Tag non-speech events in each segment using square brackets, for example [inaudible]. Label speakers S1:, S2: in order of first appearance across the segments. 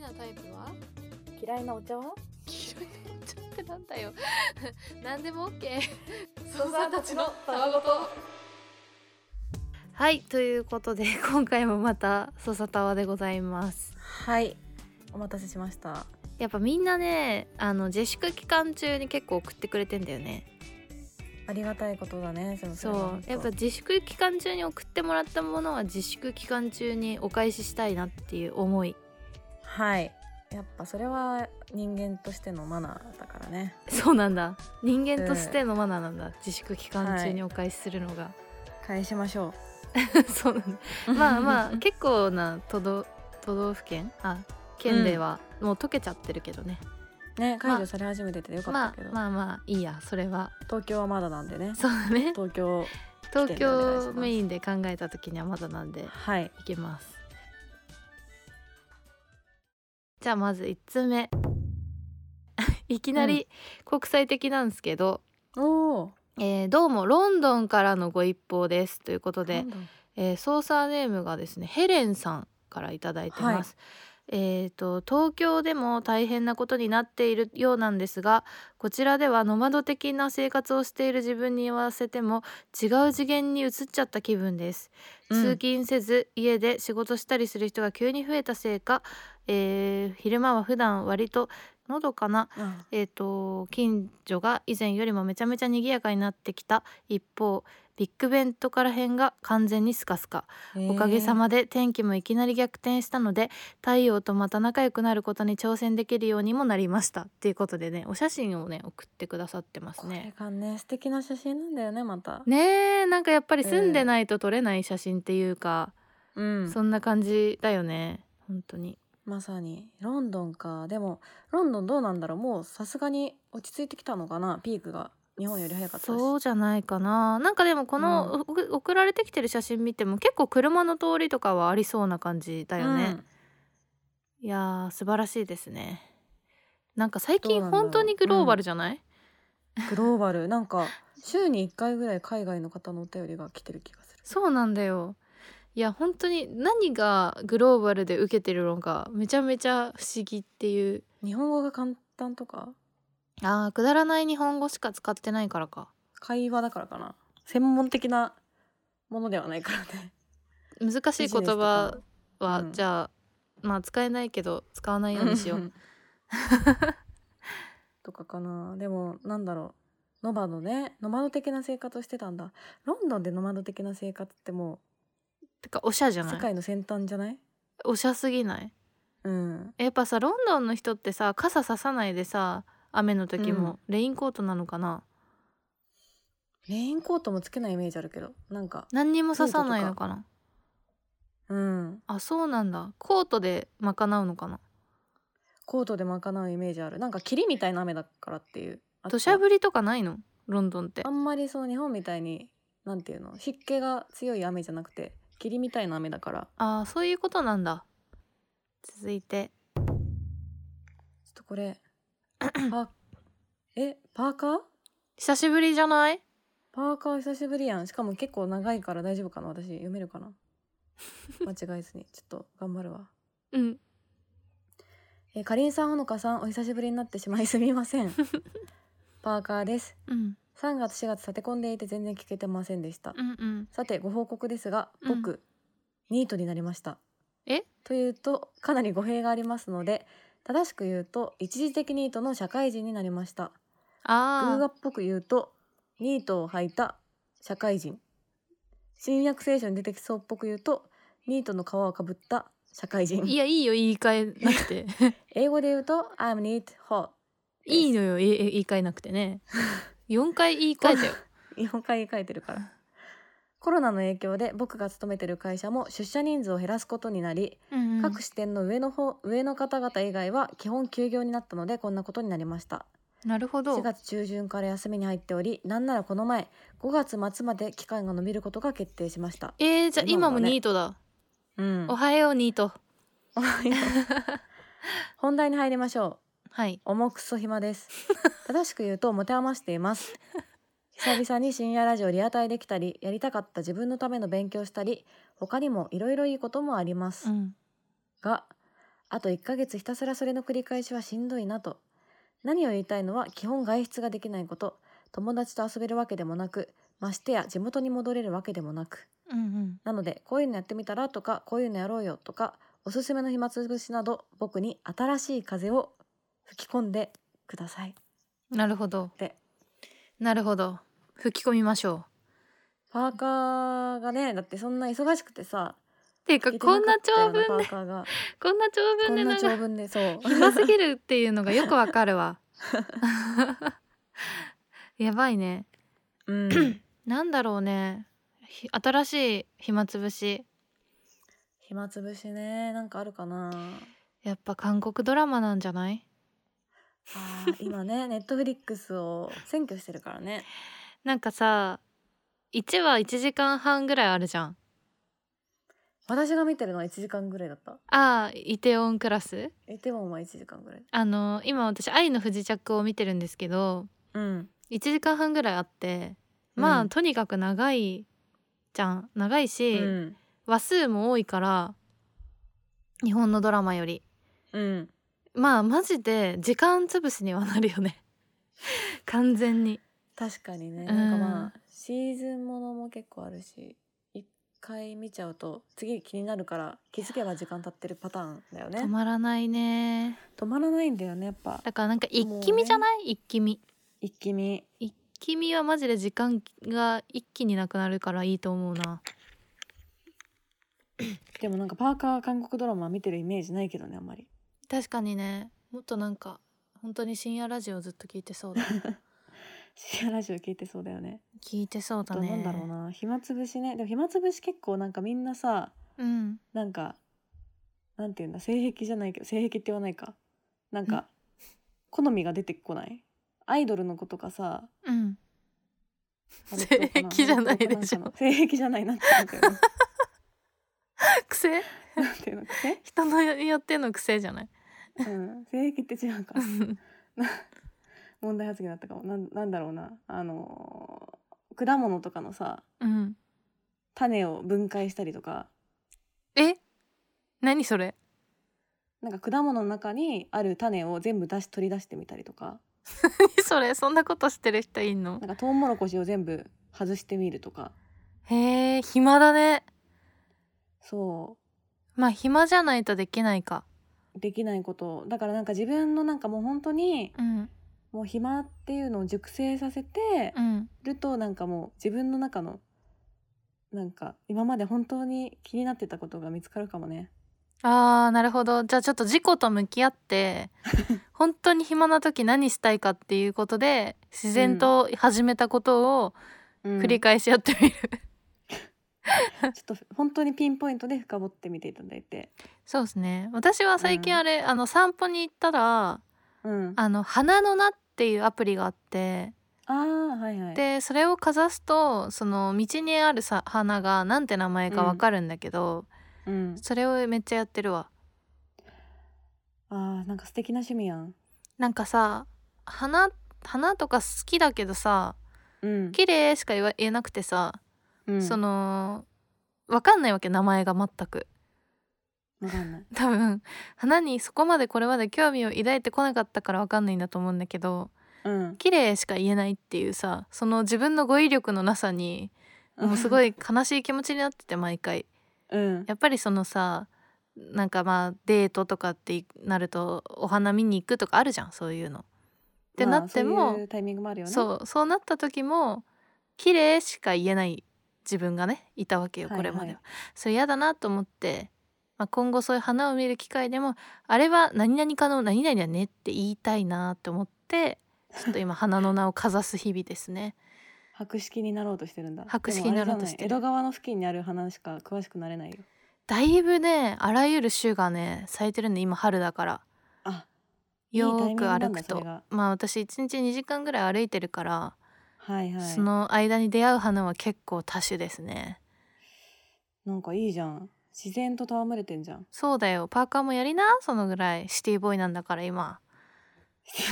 S1: なタイプは
S2: 嫌いなお茶は
S1: 黄色いのちょっとなんだよ [laughs] 何でも OK
S2: ソーサーたちのたわごと
S1: はいということで [laughs] 今回もまたソサタワでございます
S2: はいお待たせしました
S1: やっぱみんなねあの自粛期間中に結構送ってくれてんだよね
S2: ありがたいことだねその
S1: そうやっぱ自粛期間中に送ってもらったものは自粛期間中にお返ししたいなっていう思い
S2: はいやっぱそれは人間としてのマナーだからね
S1: そうなんだ人間としてのマナーなんだ、自粛期間中にお返しするのが、
S2: 返しましょ
S1: [laughs] そうなんだ
S2: う
S1: ま
S2: [laughs]
S1: あまあ結構な都道都道府県あ県ではもう解けちゃってるけどね、
S2: ね解除され始めててよかった
S1: ま
S2: けど、
S1: あまあまあいいやそれは
S2: 東京はまだなんでね
S1: そうだね
S2: 東京
S1: 東
S2: 来てんでお願いしま
S1: 京
S2: す
S1: メインで考えた時にはまだなんで
S2: はい
S1: いけますじゃあまず1通目 [laughs] いきなり国際的なんですけど、
S2: おお
S1: えーどうもロンドンからのご一報ですということで、えー、ソーサーネームがですねヘレンさんからいただいてます、えーと東京でも大変なことになっているようなんですがこちらではノマド的な生活をしている自分に言わせても違う次元に移っちゃった気分です
S2: うん
S1: 通勤せず家で仕事したりする人が急に増えたせいか、えー昼間は普段割とのどかな
S2: あ
S1: えー、と近所が以前よりもめちゃめちゃ賑やかになってきた一方ビッグベントから辺が完全にスカスカ、おかげさまで天気もいきなり逆転したので太陽とまた仲良くなることに挑戦できるようにもなりましたっていうことでねお写真をね送ってくださってます
S2: これ
S1: ね。
S2: がね素敵な写真なんだよねまた、
S1: ねえなんかやっぱり住んでないと撮れない写真っていうか、
S2: うん
S1: そんな感じだよね本当に。
S2: まさにロンドンかでもロンドンどうなんだろうもうさすがに落ち着いてきたのかなピークが日本より早かったし
S1: そうじゃないかななんかでもこ
S2: う
S1: の、お送られてきてる写真見ても結構車の通りとかはありそうな感じだよね、いやー素晴らしいですねなんか最
S2: どう
S1: 近
S2: なんだろう
S1: 本当にグローバルじゃない、
S2: うんグローバルなんか週に1回ぐらい海外の方のお便りが来てる気がする
S1: そうなんだよいや本当に何がグローバルで受けてるのかめちゃめちゃ不思議っていう
S2: 日本語が簡単とか
S1: あーくだらない日本語しか使ってないからか
S2: 会話だからかな専門的なものではないからね
S1: 難しい言葉は、
S2: うん
S1: じゃあまあ使えないけど使わないようにしよう、
S2: んんとかかなでもなんだろうノマドねノマド的な生活をしてたんだロンドンでノマド的な生活っても
S1: てかおしゃじゃ
S2: う
S1: ない
S2: 世界の先端じゃない
S1: おしゃすぎない
S2: うん
S1: やっぱさロンドンの人ってさ傘ささないでさ雨の時も、レインコートなのかな
S2: レインコートもつけないイメージあるけどなんか
S1: 何にもささないのかな
S2: うん
S1: あそうなんだコートで賄うのかな
S2: コートで賄うイメージあるなんか霧みたいな雨だからっていうあと
S1: 土砂降りとかないのロンドンって
S2: あんまりそう日本みたいになんていうの湿気が強い雨じゃなくて霧みたいな雨だから
S1: あーそういうことなんだ続いて
S2: ちょっとこれパえパーカー
S1: 久しぶりじゃない
S2: パーカー久しぶりやんしかも結構長いから大丈夫かな私読めるかな
S1: [laughs]
S2: 間違えずにちょっと頑張るわ
S1: うん
S2: えーかりんさんほのかさんお久しぶりになってしまいすみま
S1: [laughs]
S2: せんパーカーです
S1: うん
S2: 3月4月立て込んでいて全然聞けてませんでした
S1: うんうん
S2: さてご報告ですが
S1: うん
S2: 僕、ニートになりました
S1: え
S2: というとかなり語弊がありますので正しく言うと一時的ニートの社会人になりました
S1: あ
S2: 空
S1: ー
S2: 画っぽく言うとニートを履いた社会人新約聖書に出てきそうっぽく言うとニートの皮をかぶった社会
S1: い
S2: 人
S1: やいいよ言い換えなくて
S2: 英語で言うと I'm neat hot
S1: いいのよいい言い換えなくてね4回言い換えたよ
S2: 4回書いてる
S1: [laughs]
S2: からコロナの影響で僕が勤めてる会社も出社人数を減らすことになり、
S1: うんうん
S2: 各支店の上の方上の方々以外は基本休業になったのでこんなことになりました
S1: なるほど
S2: 4月中旬から休みに入っておりなんならこの前5月末まで期間が延びることが決定しました
S1: えー、じゃあ今
S2: 今
S1: も
S2: もね
S1: ニートだ。
S2: うん
S1: おはようニート。
S2: おはよう本題に入りましょ
S1: はい。
S2: う重くそ暇です正しく言うと持て余しています久々に深夜ラジオリアタイできたりやりたかった自分のための勉強したり他にもいろいろいいこともあります、
S1: うん。
S2: があと1ヶ月ひたすらそれの繰り返しはしんどいなと何を言いたいのは基本外出ができないこと友達と遊べるわけでもなくましてや地元に戻れるわけでもなく
S1: うんうん
S2: なのでこういうのやってみたらとかこういうのやろうよとかおすすめの暇つぶしなど僕に新しい風を吹き込んでください
S1: なるほど
S2: で
S1: なるほど吹き込みましょう
S2: パーカーがねだってそんな忙しくてさ
S1: ていうか
S2: 聞いて
S1: こんな
S2: かったよ
S1: 長文
S2: パ
S1: で
S2: ーカーが
S1: [laughs] こんな長
S2: こ
S1: 文で
S2: ん
S1: な
S2: なん長
S1: か
S2: 文でそう
S1: 暇すぎるっていうのがよくわか
S2: [laughs]
S1: るわやばいね [laughs]
S2: うん
S1: なんだろうねひ新しい暇つぶし
S2: 暇つぶしねなんかあるかな
S1: やっぱ韓国ドラマなんじゃない
S2: あー今ねネットフリックスを占拠してるからね
S1: なんかさ1話1時間半ぐらいあるじゃん
S2: 私が見てるのは1時間ぐらいだった
S1: ああイテオンクラス
S2: えでもまあ1時間ぐらい
S1: あの今私「愛の不時着」を見てるんですけど
S2: うん
S1: 1時間半ぐらいあってまあ、
S2: うん
S1: とにかく長いじゃん長いし、
S2: うん
S1: 話数も多いから日本のドラマより
S2: うん
S1: まあマジで時間潰しにはなるよね [laughs] 完全に
S2: 確かにね、
S1: うん
S2: なんかまあシーズンものも結構あるし一回見ちゃうと次気になるから気づけば時間経ってるパターンだよね
S1: 止まらないね
S2: 止まらないんだよねやっぱ
S1: だからなんか一気見じゃない、一気見
S2: 一気見
S1: 一気見はマジで時間が一気になくなるからいいと思うな
S2: でもなんかパーカー韓国ドラマ見てるイメージないけどねあんまり
S1: 確かにねもっとなんか本当に深夜ラジオずっと聞いてそうだ
S2: 深夜ラジオ聞いてそうだよね
S1: 聞いてそう
S2: あ
S1: だ
S2: と
S1: ね
S2: なんだろうな暇つぶしねでも暇つぶし結構なんかみんなさ
S1: うん
S2: なんかなんていうんだ性癖じゃないけど性癖って言わないかなん
S1: うん
S2: か好みが出てこないアイドルの子とかさ
S1: うん
S2: あれどうか
S1: [laughs] 性癖じゃないでしょ
S2: あれどうかなんかの性癖じゃないなんていう
S1: [laughs]
S2: の
S1: 癖
S2: なんていうの癖、
S1: 人のよっての癖じゃない
S2: うん、性癖って違うか [laughs] 問題発言だったかもなんなんだろうなあのー果物とかのさ
S1: うん
S2: 種を分解したりとか
S1: え何それ
S2: なんか果物の中にある種を全部出し取り出してみたりとか
S1: 何 [laughs] それそんなことしてる人いんの
S2: なんかトウモロコシを全部外してみるとか
S1: へえ暇だね
S2: そ
S1: まあ暇じゃないとできないか
S2: うできないことだからなんか自分のなんかもう本当に
S1: うん
S2: もう暇っていうのを熟成させて
S1: うん
S2: るとなんかもう自分の中のなんか今まで本当に気になってたことが見つかるかもね
S1: あーなるほどじゃあちょっと自己と向き合って [laughs] 本当に暇な時何したいかっていうことで自然と始めたことを
S2: 繰
S1: 繰り返しやってみる、
S2: ちょっと本当にピンポイントで深掘ってみていただいて
S1: そうですね私は最近あれ、あの散歩に行ったら
S2: うんあ
S1: あの花の菜っていうアプリがあって
S2: あーはいはい
S1: でそれをかざすとその道にあるさ花がなんて名前かわかるんだけど、
S2: うん、
S1: それをめっちゃやってるわ
S2: あーなんか素敵な趣味やん
S1: なんかさ花花とか好きだけどさ
S2: うん、
S1: 綺麗しか言わ言えなくてさ、
S2: うん、
S1: そのわかんないわけ名前が全く [laughs]
S2: わかんない
S1: 多分花にそこまでこれまで興味を抱いてこなかったからわかんないんだと思うんだけど
S2: うん
S1: 綺麗しか言えないっていうさその自分の語彙力のなさに [laughs] もうすご
S2: い
S1: い悲しい気持ちになってて毎回
S2: [laughs] うん
S1: やっぱりそのさなんかまあデートとかってなるとお花見に行くとかあるじゃんそういうの。ってなっても、
S2: まあそういうタイミングもあるよね
S1: そうそうなった時も綺麗しか言えない自分がねいたわけよ
S2: はいは
S1: こ
S2: い
S1: れまでは、それ嫌だなと思って、まあ、今後そういう花を見る機会でもあれは何々かの何々だねって言いたいなと思ってちょっと今花の名をかざす日々で
S2: [laughs]
S1: すね
S2: 博識になろうとしてるんだ
S1: 博識になろうとしてる
S2: でもあれじゃない江戸川の付近にある花しか詳しくなれないよ
S1: だいぶねあらゆる種がね咲いてるんで今春だから
S2: あいい
S1: よ
S2: タイミ
S1: ー
S2: ング
S1: く
S2: なんだ
S1: 歩く
S2: そ
S1: と
S2: れが
S1: まあ私1日2時間ぐらい歩いてるから、
S2: はいはい
S1: その間に出会う花は結構多種ですね
S2: なんかいいじゃん自然と戯れてんじゃ [laughs] ん
S1: そうだよパーカーもやりなそのぐらいシティボーイなんだから今
S2: シ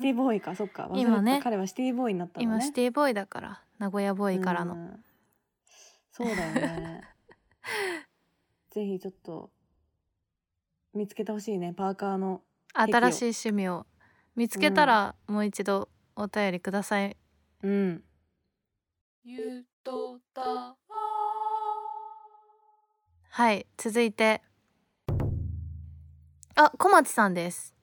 S2: ティボーイかそっか忘れてた
S1: 今ね
S2: 彼はシティボーイになったのね
S1: 今シティボーイだから名古屋ボーイからの、
S2: うん
S1: [laughs]
S2: そうだよねぜひちょっと見つけてほしいねパーカーの
S1: 新しい趣味を見つけたら、もう一度お便りください
S2: うん
S3: ゆとたわ
S1: はい続いてあ小町さんです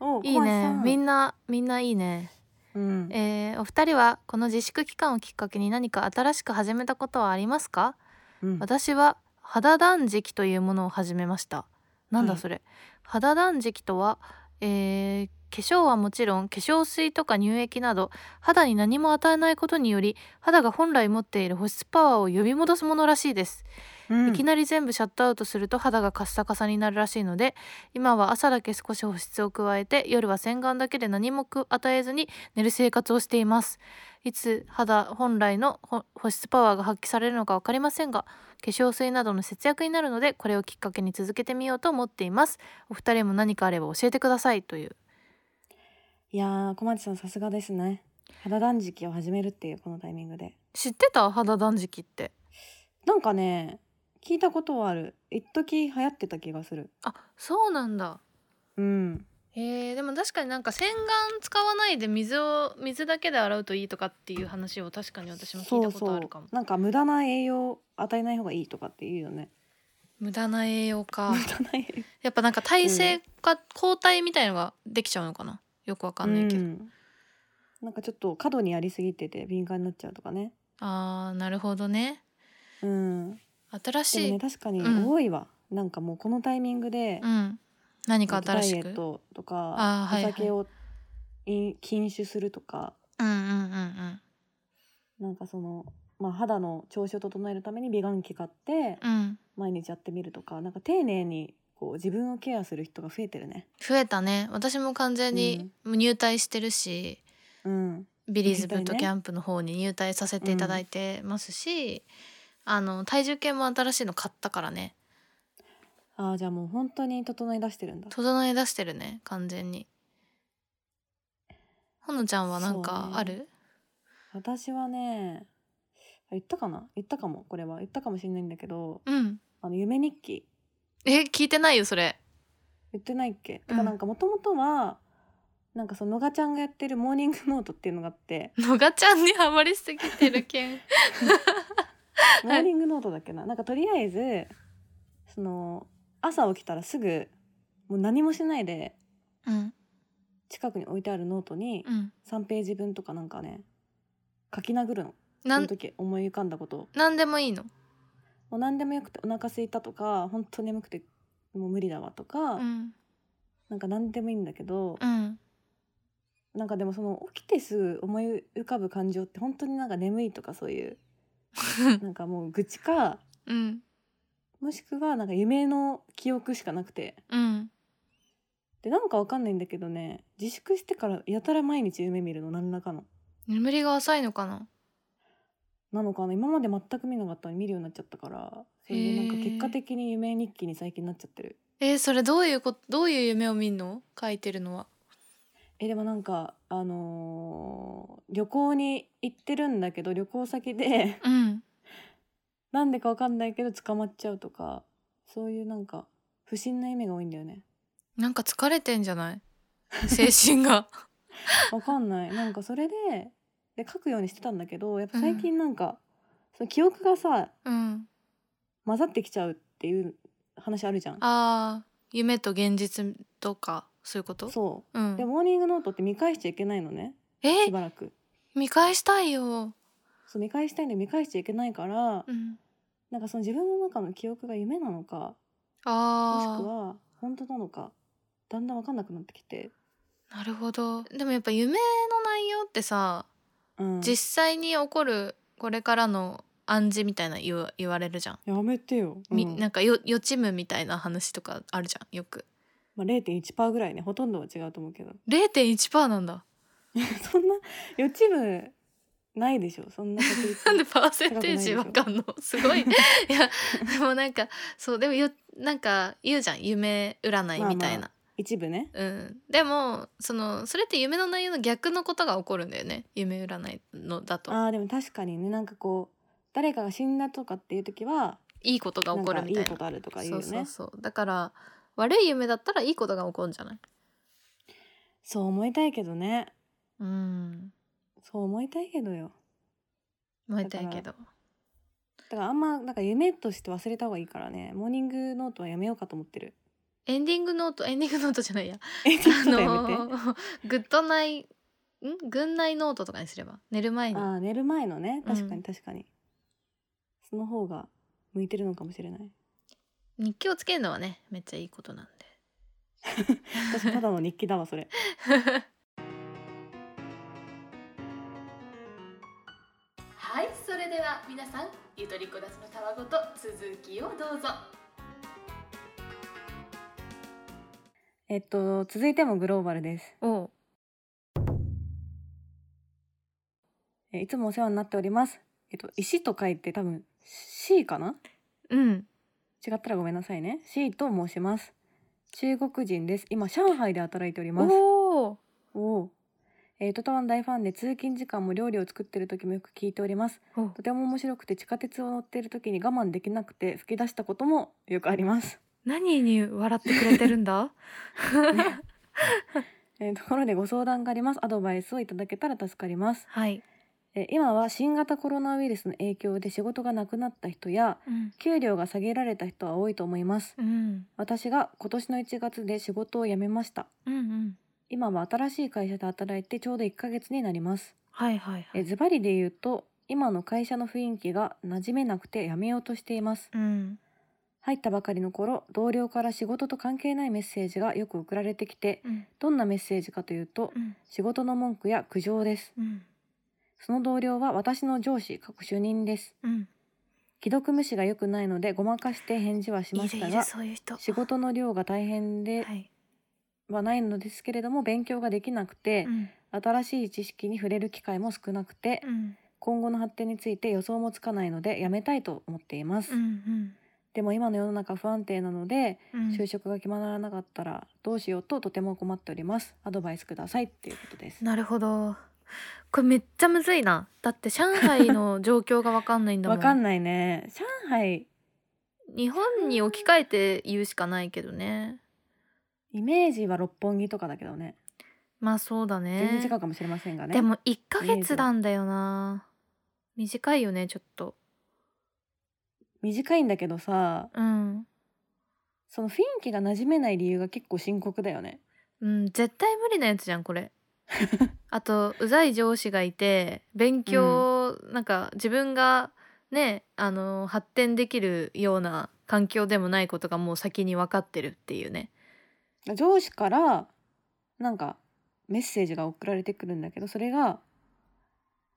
S2: お
S1: いいねみ
S2: な、
S1: んなみんないいね
S2: うん、
S1: えーお二人はこの自粛期間をきっかけに何か新しく始めたことはありますか
S2: うん
S1: 私は肌断食というものを始めましたなんだ
S2: はい
S1: それ、肌断食とは、えー化粧はもちろん化粧水とか乳液など肌に何も与えないことにより肌が本来持っている保湿パワーを呼び戻すものらしいです、
S2: うん
S1: いきなり全部シャットアウトすると肌がカッサカサになるらしいので今は朝だけ少し保湿を加えて夜は洗顔だけで何もく与えずに寝る生活をしていますいつ肌本来のほ保湿パワーが発揮されるのか分かりませんが化粧水などの節約になるのでこれをきっかけに続けてみようと思っていますお二人も何かあれば教えてくださいという
S2: いやー小町さんさすがですね肌断食を始めるっていうこのタイミングで
S1: 知ってた肌断食って
S2: なんかね聞いたことはある一時流行ってた気がする
S1: あそうなんだ
S2: うん
S1: えー、でも確かになんか洗顔使わないで水を水だけで洗うといいとかっていう話を確かに私も聞いたことあるかも
S2: なんか無駄な栄養を与えない方がいいとかって言うよね
S1: 無駄な栄養か
S2: 無駄な栄
S1: やっぱなんか耐性か、抗体みたいのができちゃうのかなよくわか
S2: 養
S1: んないけど、
S2: うんなんかちょっと過度にやりすぎてて敏感になっちゃうとかね
S1: あーなるほどね
S2: うん
S1: 新し
S2: で
S1: い、
S2: もね確かに
S1: うん
S2: 多いわ、なんかもうこのタイミングで、
S1: うん何か
S2: ダ
S1: 新
S2: イ
S1: し
S2: エ
S1: く
S2: ットとか
S1: あーはいはい
S2: お酒をい禁酒するとか
S1: うんうんうんうん
S2: なんかその、まあ、肌の調子を整えるために美顔器買って
S1: うん
S2: 毎日やってみるとかなんか丁寧にこう自分をケアする人が増えてるね。
S1: 増えたね私も完全に入隊してるし、
S2: うん、
S1: ビリーズブート
S2: 入隊ね
S1: キャンプの方に入隊させていただいてますし、あの体重計も新しいの買ったからね
S2: あーじゃあもう本当に整い出してるんだ。
S1: 整え出してるね完全にほのちゃんはなんかある、
S2: 私はねあ言ったかな言ったかもこれは言ったかもしれないんだけど
S1: うん
S2: あの夢日記
S1: え聞いてないよそれ
S2: 言ってないっけ
S1: う
S2: だ
S1: ん
S2: からなんかもともとはなんかその野賀ちゃんがやってるモーニングノートっていうのがあ
S1: [laughs]
S2: って
S1: のがちゃんにハマりすぎてるけん
S2: モーニングノートだっけななんかとりあえずその朝起きたらすぐもう何もしないで
S1: うん
S2: 近くに置いてあるノートに
S1: うん
S2: 3ページ分とかなんかね書き殴るの
S1: な
S2: その
S1: ん
S2: 時思い浮かんだことを
S1: なんでもいいの
S2: もう何でもよくてお腹空いたとか本当眠くてもう無理だわとか、
S1: うん
S2: なんか何でもいいんだけど、
S1: うん
S2: なんかでもその起きてすぐ思い浮かぶ感情って本当になんか眠いとかそう
S1: [laughs]
S2: いうなんかもう愚痴か
S1: うん
S2: もしくはなんか夢の記憶しかなくて
S1: うん
S2: でなんかわかんないんだけどね自粛してからやたら毎日夢見るの何らかの
S1: 眠りが浅いのかな
S2: なのかな今まで全く見なかったのに見るようになっちゃったからそれでなんか
S1: へー
S2: 結果的に夢日記に最近なっちゃってる
S1: えーそれどういうこどういう夢を見んの書いてるのは
S2: えでもなんかあのー旅行に行ってるんだけど旅行先で [laughs]
S1: うん
S2: なんでかわかんないけど捕まっちゃうとかそういうなんか不審な夢が多いんだよね
S1: なんか疲れてんじゃない精神が
S2: わかんないなんかそれでで書くようにしてたんだけどやっぱ最近なんか、その記憶がさ
S1: うん
S2: 混ざってきちゃうっていう話あるじゃん
S1: あー夢と現実とかそういうこと、
S2: そううで
S1: ん、
S2: モーニングノートって見返しちゃいけないのね
S1: え
S2: しばらく
S1: 見返したいよ、
S2: そう見返したいんで見返しちゃいけないから、
S1: うん、
S2: なんかその自分の中の記憶が夢なのかもしく
S1: あ
S2: は本当なのかだんだんわかんなくなってきて、
S1: ーなるほどでもやっぱ夢の内容ってさ、
S2: うん、
S1: 実際に起こるこれからの暗示みたいな言わ言われるじゃん、
S2: やめてよ、う
S1: み
S2: ん
S1: なんかよ予知夢みたいな話とかあるじゃんよく
S2: まあ、0.1%ぐらいねほとんどは違うと思うけど [laughs]
S1: 0.1%なんだ
S2: そんな予知夢ないでしょそんな確率
S1: なんでパーセンテージわかんのすごいいやでもなんかそうでもよなんか言うじゃん夢占いみたいな、
S2: まあ一部ね
S1: うん、でもそのそれって夢の内容の逆のことが起こるんだよね夢占いのだと
S2: あーでも確かにねなんかこう誰かが死んだとかっていう時はい
S1: いことが
S2: な
S1: 起
S2: ん
S1: こ
S2: か
S1: るみ
S2: い
S1: た
S2: い
S1: いな
S2: ことあるとか言う
S1: そ
S2: よ
S1: う
S2: ね
S1: そうそうだから悪い夢だったらいいことが起こるんじゃない
S2: そう思いたいけどね
S1: うん
S2: そう思いたいけどよ
S1: 思いたいけど
S2: だからあんまなんか夢として忘れた方がいいからねモーニングノートはやめようかと思ってる [laughs]
S1: エンディングノートエンディングノートじゃないや
S2: えちょっ
S1: あ
S2: とやめて、
S1: のー [laughs] グッドナイん軍内ノートとかにすれば寝る前に
S2: あー寝る前のね
S1: うん
S2: 確かに確かに、その方が向いてるのかもし
S1: [laughs]
S2: れない
S1: 日記をつけるのはねめっちゃいいことなんで
S2: 私ただの日記だわそれ
S3: はいそれでは皆さんゆとりこだちのたわごと続きをどうぞ
S2: えっと続いてもグローバルです
S1: おう
S2: えーいつもお世話になっております。えっと、石と書いて多分 C かな
S1: うん
S2: 違ったらごめんなさいね。C と申します。中国人です。今、上海で働いております。
S1: おお
S2: おお。えー、トタワン大ファンで通勤時間も料理を作ってる時もよく聞いております。
S1: お
S2: とても面白くて地下鉄を乗っている時に我慢できなくて吹き出したこともよくあります。
S1: 何に笑ってくれてるんだ
S2: えーところでご相談があります。アドバイスをいただけたら助かります。
S1: [laughs] はい、
S2: えー今は新型コロナウイルスの影響で仕事がなくなった人や
S1: うん
S2: 給料が下げられた人は多いと思います。
S1: うん、
S2: 私が今年の1月で仕事を辞めました
S1: うんうん
S2: 今は新しい会社で働いてちょうど1ヶ月になります
S1: はいはいは
S2: え
S1: い
S2: ズバリで言うと今の会社の雰囲気が馴染めなくて辞めようとしています
S1: うん
S2: 入ったばかりの頃同僚から仕事と関係ないメッセージがよく送られてきて
S1: うん
S2: どんなメッセージかというと
S1: うん
S2: 仕事の文句や苦情です
S1: うん
S2: その同僚は私の上司過去主任です
S1: うん
S2: 既読無視が良くないのでごまかして返事はしま
S1: い
S2: し
S1: る
S2: た
S1: い
S2: が
S1: るそういう人
S2: 仕事の量が大変で
S1: はい、
S2: はないのですけれども勉強ができなくて、
S1: うん
S2: 新しい知識に触れる機会も少なくて、
S1: うん
S2: 今後の発展について予想もつかないのでやめたいと思っています、
S1: うん
S2: でも今の世の中不安定なので、
S1: うんうん
S2: 就職が決まらなかったらどうしようととても困っておりますアドバイスくださいっていうことです
S1: なるほどこれめっちゃむずいなだって上海の状況がわかんないんだも
S2: わ
S1: ん
S2: かんないね上海
S1: 日本に置き換えて言うしかないけどね
S2: イメージは六本木とかだけどね
S1: まあそうだね
S2: 全然違うかもしれませんがね
S1: でも1ヶ月なんだよな短いよねちょっと
S2: 短いんだけどさ
S1: うん、
S2: その雰囲気が馴染めない理由が結構深刻だよね
S1: うん、絶対無理なやつじゃん
S2: [laughs]
S1: これあとうざい上司がいて勉強、なんか自分がねあの発展できるような環境でもないことがもう先に分かってるっていうね
S2: 上司からなんかメッセージが送られてくるんだけどそれが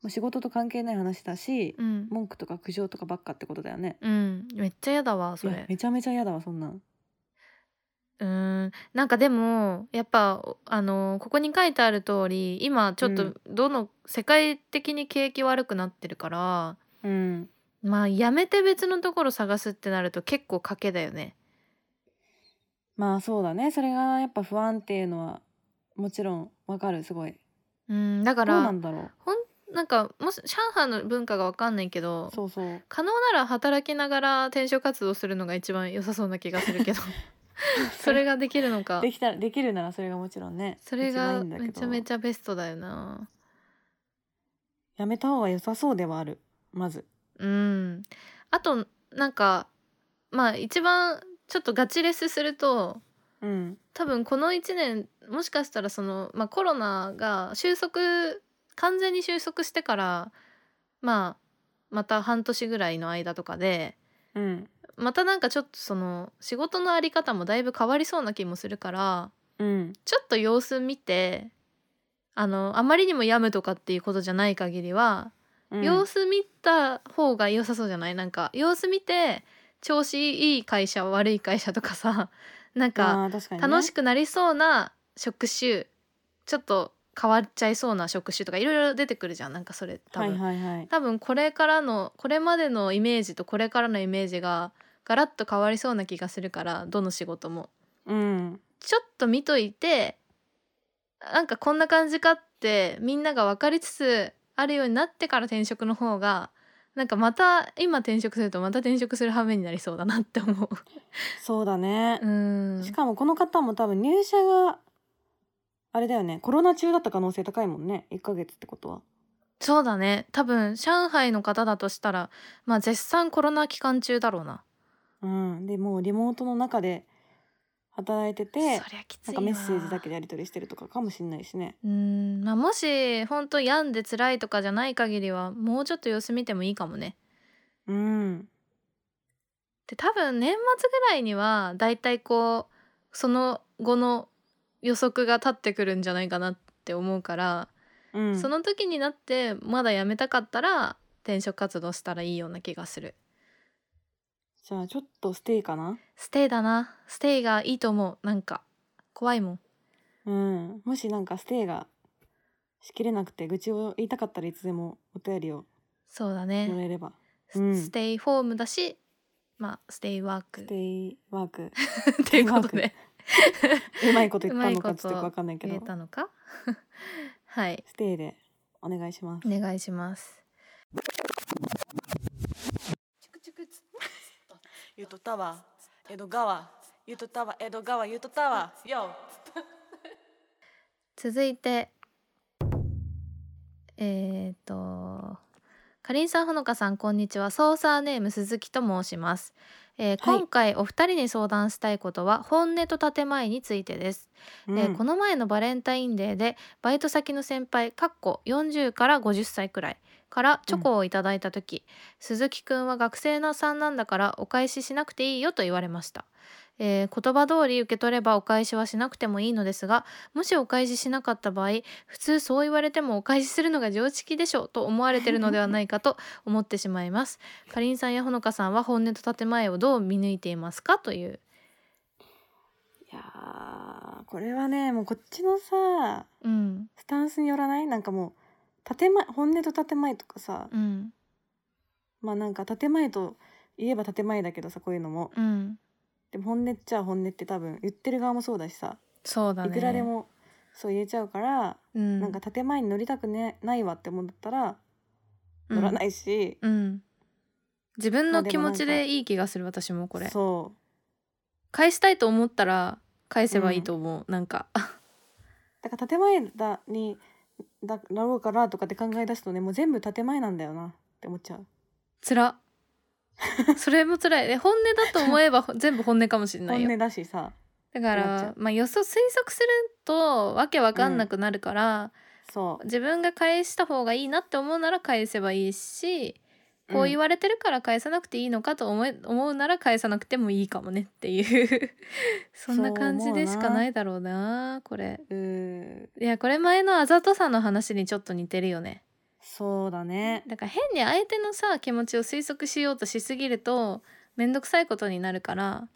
S2: まあ仕事と関係ない話だし、
S1: うん、
S2: 文句とか苦情とかばっかってことだよね。
S1: うん、めっちゃ嫌だわそ
S2: いや
S1: れ
S2: めちゃめちゃ嫌だわそんなん。
S1: うーんなんかでもやっぱおあのここに書いてある通り今ちょっ
S2: う
S1: と
S2: ん
S1: どの、世界的に景気悪くなってるから
S2: うん、
S1: まあやめて別のところ探すってなると結構賭けだよね。
S2: まあそうだねそれがやっぱ不安っていうのはもちろんわかるすごい。
S1: うんだか
S2: どう
S1: ら
S2: な
S1: なん
S2: んだろ
S1: かもし上海の文化がわかんないけど
S2: うそうそう
S1: 可能なら働きながら転職活動するのが一番良さそうな気がす
S2: [laughs]
S1: るけど [laughs] それができるのか
S2: できたらできるならそれがもちろんね
S1: それ
S2: 一番い
S1: が
S2: いんだ
S1: め
S2: けど
S1: ちゃめちゃベストだよな。
S2: やめた方が良さそうではあるまず。
S1: うん、あとなんかまあ一番ちょっとガチレスすると
S2: うん
S1: 多分この1年もしかしたらその、まあ、コロナが収束完全に収束してから、まあ、また半年ぐらいの間とかで
S2: うん
S1: またなんかちょっとその仕事の在り方もだいぶ変わりそうな気もするから
S2: うん
S1: ちょっと様子見てあのあまりにも病むとかっていうことじゃない限りは
S2: うん
S1: 様子見た方が良さそうじゃないなんか様子見て調子いい会社悪い会社とかさ [laughs] なんか
S2: あー確かにね
S1: 楽しくなりそうな職種ちょっと変わっちゃいそうな職種とかいろいろ出てくるじゃんなんかそれ多分、
S2: はいはいはい。
S1: 多分これからのこれまでのイメージとこれからのイメージがガラッと変わりそうな気がするからどの仕事も
S2: うん
S1: ちょっと見といてなんかこんな感じかってみんなが分かりつつあるようになってから転職の方がなんかまた今転職するとまた転職する羽目になりそうだなって思う。
S2: そうだね
S1: [laughs] う、ん
S2: しかもこの方も多分入社があれだよねコロナ中だった可能性高いもんね1ヶ月ってことは
S1: そうだね多分上海の方だとしたらまあ絶賛コロナ期間中だろうな。
S2: うんでもうリモートの中で働いて
S1: そ
S2: て
S1: りゃきつい
S2: なん
S1: わ
S2: かメッセージだけでやり取りしてるとかかもしんないしね
S1: うん、まあ、もし本当病んで辛いとかじゃない限りはもうちょっと様子見てもいいかもね。
S2: うん
S1: で多分年末ぐらいにはだいたいこうその後の予測が立ってくるんじゃないかなって思うから、
S2: うん
S1: その時になってまだ辞めたかったら転職活動したらいいような気がする。
S2: じゃあちょっとステイかな
S1: ステイだなステイがいいと思うなんか怖いもん。
S2: うんもしなんかステイがしきれなくて愚痴を言いたかったらいつでもお便りを
S1: そうだ
S2: も
S1: ね、
S2: らえれば
S1: ス
S2: うん
S1: ステイホームだしまあステイワーク
S2: ステイワーク
S1: っていうことで
S2: うまいこと言ったの
S1: うまいこ
S2: か
S1: と
S2: ちょっとよくわかんないけ
S1: [laughs] 言え
S2: ど
S1: たのかはい
S2: ステイでお願いします
S1: お願いします
S3: チュクチュクツ
S4: ゆとたわ江戸川ゆとたわ江戸川ゆとたわよ
S1: 続いてえっ、とかりんさんほのかさんこんにちはソーサーネーム鈴木と申します、えー
S2: はい
S1: 今回お二人に相談したいことは本音と建前についてですえー
S2: うん
S1: この前のバレンタインデーでバイト先の先輩かっこ40から50歳くらいからチョコをいただいた時、鈴木くんは学生のさんなんだからお返ししなくていいよと言われました、えー言葉通り受け取ればお返しはしなくてもいいのですがもしお返ししなかった場合普通そう言われてもお返しするのが常識でしょと思われてるのではないかと [laughs] 思ってしまいますかりんさんやほのかさんは本音と建前をどう見抜いていますかという
S2: いやーこれはねもうこっちのさ
S1: うん
S2: スタンスによらないなんかもう建前本音と建前とかさ、
S1: うん
S2: まあなんか建前と言えば建前だけどさこういうのも
S1: うん
S2: でも本音っちゃ本音って多分言ってる側もそうだしさ
S1: そうだね
S2: いくらでもそう言えちゃうから、
S1: うん、
S2: なんか建前に乗りたく、ね、ないわって思うんだったら乗らないし、
S1: うん自分
S2: まあ
S1: の
S2: でも
S1: 気持
S2: な
S1: ち
S2: んか
S1: でいい気がする私もこれ
S2: そ
S1: 返したいと思ったら返せばいいと思う、なんか
S2: うだから建前だにだなろうからとかって考え出すとねもう全部建前なんだよなって思っちゃう
S1: つら [laughs] それもつらいね本音だと思え
S2: [laughs]
S1: ば全部本音かもしれない
S2: 本
S1: よ
S2: 音だしさ
S1: だか
S2: 思っちゃ
S1: ら
S2: う
S1: まあ予想推測するとわけわかんなくなるから、
S2: そう
S1: 自分が返した方がいいなって思うなら返せばいいしこう言われてるから返さなくていいのかと思え思うなら返さなくてもいいかもねっていう
S2: [laughs]
S1: そんな感じでしかないだろうなこれ
S2: うー
S1: いやこれ前のあざとさの話にちょっと似てるよね
S2: そうだね
S1: だから変に相手のさ気持ちを推測しようとしすぎるとめんどくさいことになるから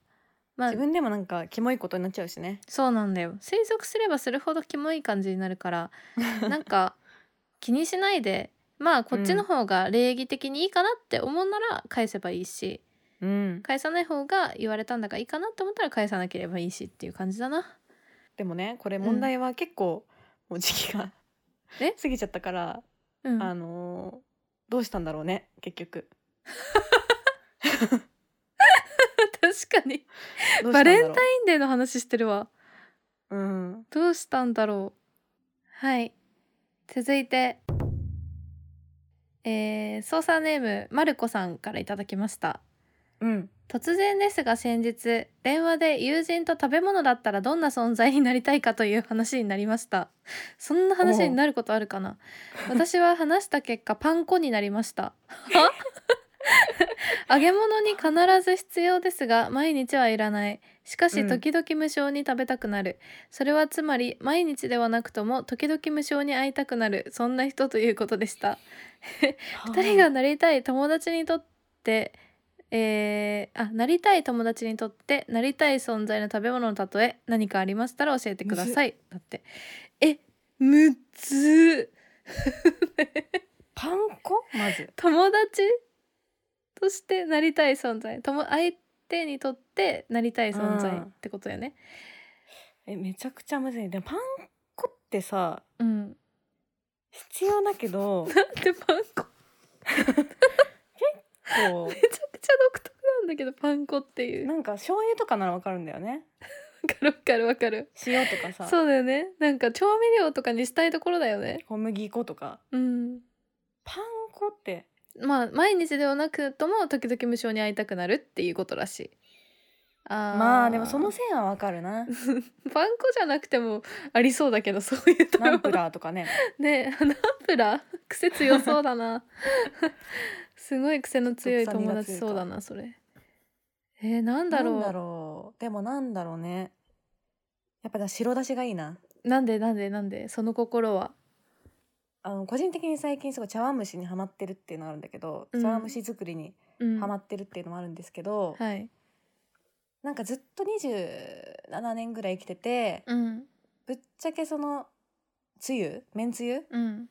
S1: まあ
S2: 自分でもなんかキモいことになっちゃうしね
S1: そうなんだよ推測すればするほどキモい感じになるから
S4: [laughs]
S1: なんか気にしないでまあこっちの方が礼儀的にいいかなって思うなら返せばいいし、
S2: うん
S1: 返さない方が言われたんだからいいかなって思ったら返さなければいいしっていう感じだな
S2: でもねこれ問題は結構もう時期が
S1: え
S2: 過ぎちゃったから、
S1: うん
S2: あのーどうしたんだろうね結局
S1: [laughs] 確かに
S2: どうした
S1: バ
S2: んだろ
S1: レ
S2: う
S1: ンタインデーの話してるわ
S2: うん
S1: どうしたんだろうはい続いてえー、操作ネームまるこさんからいただきました
S2: うん
S1: 突然ですが先日電話で友人と食べ物だったらどんな存在になりたいかという話になりましたそんな話になることあるかな私は話した結果パン粉になりましたは揚げ物に必ず必要ですが毎日はいらないしか
S2: う
S1: し
S2: ん
S1: 時々無償に食べたくなる、それはつまり毎日ではなくとも時々無償に会いたくなるそんな人ということでした二人がなりたい友達にとって、えーあなりたい友達にとってなりたい存在の食べ物の例え何かありましたら教えてくださいだってえむずっ
S2: パン粉まず
S1: 友達としてなりたい存在友相手にとってなりたい存在
S2: うん
S1: ってことよね
S2: えめちゃくちゃむずいでもパン粉ってさ
S1: うん、
S2: 必要だけど
S1: なんでパン粉
S2: こ
S4: めちゃくちゃ独特なんだけどパン粉っていうう
S2: なんか醤油とかならわかるんだよね
S4: わかるわかるわかる
S2: 塩とかさ
S4: そうだよねなんか調味料とかにしたいところだよね
S2: 小麦粉とか
S4: うん
S2: パン粉って
S4: まあ毎日ではなくとも時々無償に会いたくなるっていうことらしいあー
S2: まあでもその線はわか
S4: [laughs]
S2: るな
S4: パン粉じゃなくてもありそうだけどそういうところ
S2: ナンプラーとかね
S4: ねナンプラー癖強そうだなすごい癖の強い
S2: ちょっと苦
S4: 友
S2: 手
S4: 達そうだなそれえー、なんだろう
S2: なん
S4: な
S2: だ
S4: ん
S2: ろうでもなんだろうねやっぱだ白だしがいいな
S4: でなんでなんでその心は
S2: あの個人的に最近すごい茶碗蒸しにハマってるっていうのがあるんだけど、
S4: うん
S2: 茶碗蒸し作りに
S4: うん
S2: ハマってるっていうのもあるんですけど、
S4: はい
S2: なんかずっと27年ぐらい生きてて、
S4: うん
S2: ぶっちゃけそのつゆめんつゆ
S4: うん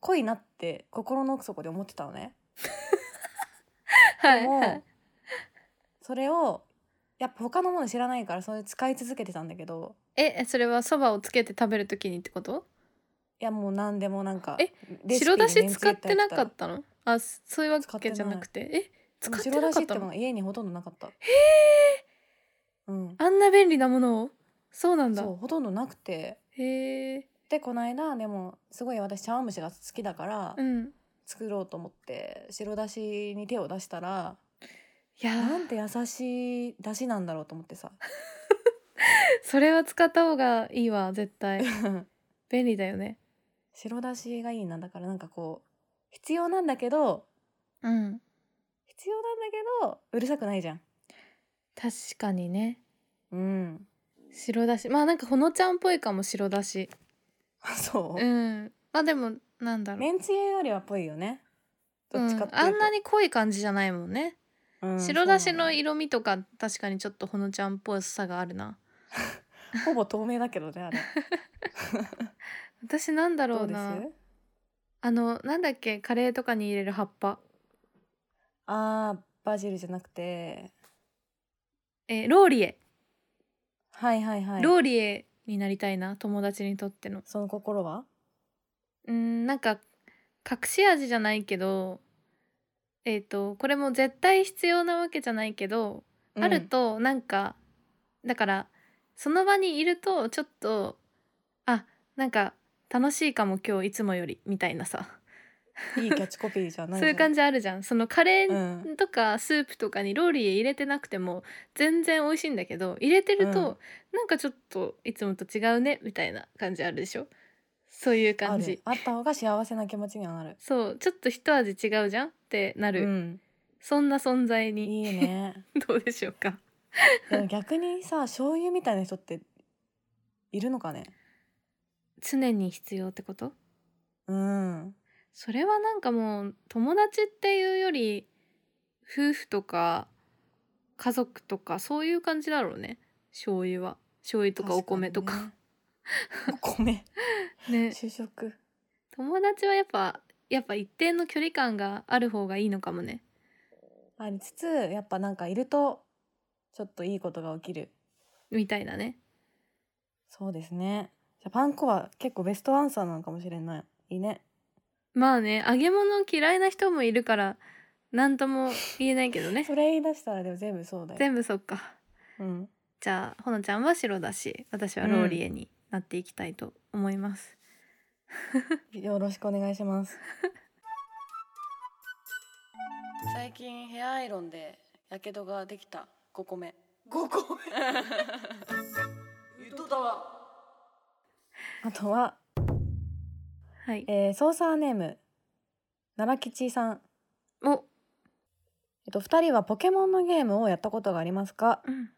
S2: 濃いなって心の奥底で思ってたのね。
S4: はい
S2: でも、
S4: はい
S2: それをやっぱ他のもの知らないからそれ使い続けてたんだけど
S4: えそれはそばをつけて食べるときにってこと
S2: いやもう何でもなんか
S4: え
S2: レシピ
S4: 白
S2: に
S4: だし
S2: めんつゆ
S4: 使ってな
S2: や
S4: かったのあそそういうわけじゃなくてえ使っ
S2: た
S4: て
S2: 白
S4: な
S2: だ
S4: か
S2: し
S4: っ
S2: っ
S4: た
S2: ての
S4: の
S2: は家にほとんどなかった。へえ。うん。
S4: あんな便利なものをそうなんだ
S2: そうほとんどなくて
S4: へえ
S2: でこの間でもすごい私茶碗蒸しが好きだから
S4: うん
S2: 作ろうと思って白だしに手を出したら
S4: いやー
S2: なんて優しいだしなんだろうと思ってさ
S4: それは使った方がいいわ絶 [laughs] 対便利だよね
S2: 白だしがいいなだからなんかこう必要なんだけど
S4: うん
S2: 必要なんだけどうるさくないじゃん。
S4: 確かにね
S2: うん。 [laughs]
S4: 白だしまあなんかほのちゃんっぽいかも白だし
S2: そうう。
S4: んまあでもなんだろ
S2: め
S4: うん
S2: つゆよりはっぽいよね。どっちかっていう
S4: うん
S2: と。
S4: あんなに濃い感じじゃないもんね、
S2: うん
S4: 白だし
S2: そうな
S4: の
S2: よ
S4: 色味とか確かにちょっとほのちゃんっぽさがあるな
S2: ほぼ透明だけど
S4: [laughs]
S2: ねあれ。
S4: 私なんだろ
S2: ど
S4: う
S2: うです？
S4: なあのなんだっけカレーとかに入れる葉っぱ
S2: あーバジルじゃなくて
S4: えーローリエ、
S2: はいはいはい。
S4: ローリエになりたいな友達にとっての
S2: その心は？
S4: うんなんか隠し味じゃないけどえっ、とこれも絶対必要なわけじゃないけど、あるとなんかだからその場にいるとちょっとあなんか楽しいかも今日いつもよりみたいなさ
S2: うんいいキャッチコピーじゃない
S4: そういう感
S2: じ
S4: じあるじゃんそのカレ
S2: う
S4: ー
S2: ん
S4: とかスープとかにローリエ入れてなくても全然美味しいんだけど入れてると、なんかちょっといつもと違うねみたいな感じあるでしょそういう
S2: あ
S4: 感じ
S2: るあった方が幸せな気持ちにはなる
S4: そうちょっと一味違うじゃんってな
S2: う
S4: る、
S2: ん
S4: そんな存在に
S2: いい
S4: [laughs]
S2: ね
S4: どうでしょうか
S2: でも逆にさ醤油みたいな人っているのかね
S4: 常に必要ってこと
S2: うん
S4: それはなんかもう友達っていうより夫婦とか家族とかそういう感じだろうね醤油は醤油とかお米と [laughs] か
S2: 確かにね
S4: ね
S2: お
S4: [laughs]
S2: 米主食
S4: 友達はやっぱやっぱ一定の距離感がある方がいいのかもね
S2: ありつつやっぱなんかいるとちょっといいことが起きる
S4: みたいなね
S2: そうですねじゃあパン粉は結構ベストアンサーなのかもしれないいいね
S4: まあね揚げ物嫌いな人もいるから何とも言えないけどね
S2: それ言い出したらでも全部そうだよ
S4: 全部そっか
S2: うん
S4: じゃあほのちゃんは白だし私はローリエになっていきたいと思います、
S2: よろしくお願いします [laughs] 最近ヘアアイロンでやけどができた5個目
S5: 5個目
S2: [laughs]
S5: ゆとたわ
S2: あとは、
S4: はい
S2: えー、ソーサーネーム奈良吉さん
S4: お、
S2: えっと、2人はポケモンのゲームをやったことがありますか
S4: うん、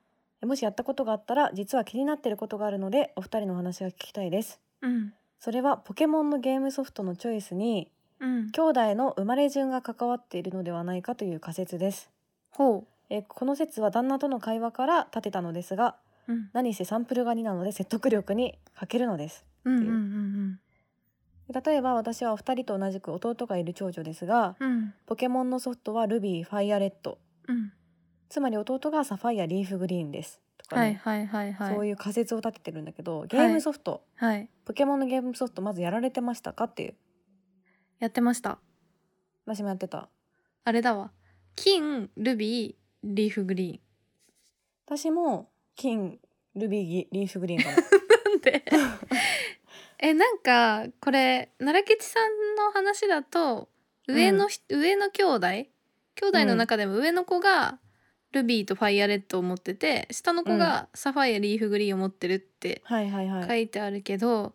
S2: えもしやったことがあったら実は気になっていることがあるのでお二人のお話が聞きたいです
S4: うん
S2: それはポケモンのゲームソフトのチョイスに
S4: うん
S2: 兄弟の生まれ順が関わっているのではないかという仮説です
S4: ほ
S2: えーこの説は旦那との会話から立てたのですが
S4: ううん
S2: 何せサンプルが2なので説得力に欠けるのです
S4: うんうんうん
S2: 例えば私はお二人と同じく弟がいる長女ですが
S4: うんうん
S2: ポケモンのソフトはルビーファイアレッド
S4: うん
S2: つまり弟がサファイアリーフグリーンですとか
S4: はい
S2: ね、
S4: はいはいはい
S2: そういう仮説を立ててるんだけどゲームソフト、
S4: はい
S2: ポケモンのゲームソフトまずやられてましたかっていう
S4: やってました
S2: 私もやってた
S4: あれだわ金ルビーリーフグリ
S2: 私も金ルビーギリーフグリーンか [laughs] も
S4: ーンなんでえなんかこれ奈良吉さんの話だと上のひ、上の兄弟兄弟の中でも上の子がルビーとファイアレッドを持ってて下の子がサファイアリーフグリーンを持ってるって
S2: はいはいはい、
S4: 書いてあるけど、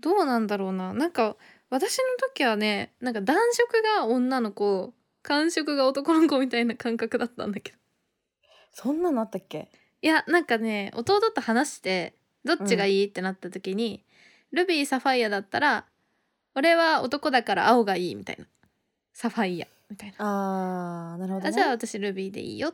S4: どうなんだろうななんか私の時はねなんか暖色が女の子寒色が男の子みたいな感覚だったんだけど
S2: そんなのあったっけ
S4: いやなんかね弟と話してどっちがいいってなった時に、ルビーサファイアだったら俺は男だから青がいいみたいなサファイアみたいな、
S2: あーなるほど、ね、
S4: あじゃあ私ルビーでいいよ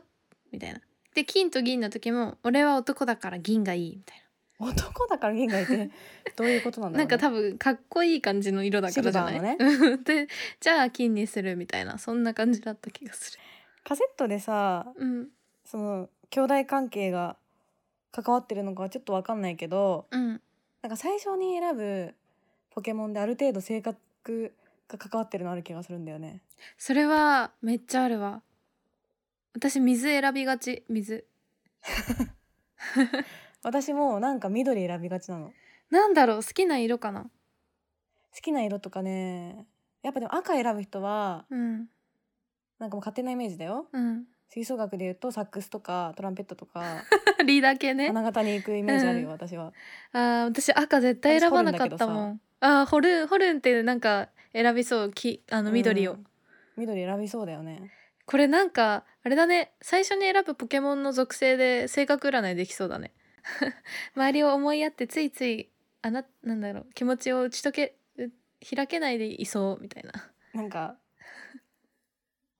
S4: みたいなで金と銀の時も俺は男だから銀がいいみたいな
S2: 男だから銀河い [laughs] てどういうことなんだ
S4: な
S2: ろう、ね、
S4: んか多分かっこいい感じの色だからじゃない、
S2: シルバ
S4: [laughs] でじゃあ金にするみたいなそんな感じだった気がす
S2: カセットでさ
S4: るうん
S2: その兄弟関係が関わってるのかはちょっとわかんないけど
S4: うん
S2: なんか最初に選ぶポケモンである程度性格が関わってるのある気がするんだよね
S4: それはめっちゃあるわ私水選びがち水
S2: 私もなんか緑選びがちなの好
S4: なんだろう好きな色かな
S2: きな色とかねやっぱでも赤選ぶ人は
S4: うん
S2: なんかもう勝手なイメージだよ
S4: うん
S2: 吹奏楽で言うとサックスとかトランペットとか
S4: [laughs] リーダー系ね
S2: 花形に行くイメージあるよ、
S4: うん
S2: 私は
S4: あー私赤絶対選ばなかったもんあーホルンホルンってなんか選びそうきあの緑を、
S2: うん緑選びそうだよね
S4: これなんかあれだね最初に選ぶポケモンの属性で性格占いできそうだね [laughs] 周りを思いやってついついあななんだろう気持ちを打ち解けう開けないでいそうみたいな [laughs]
S2: なんか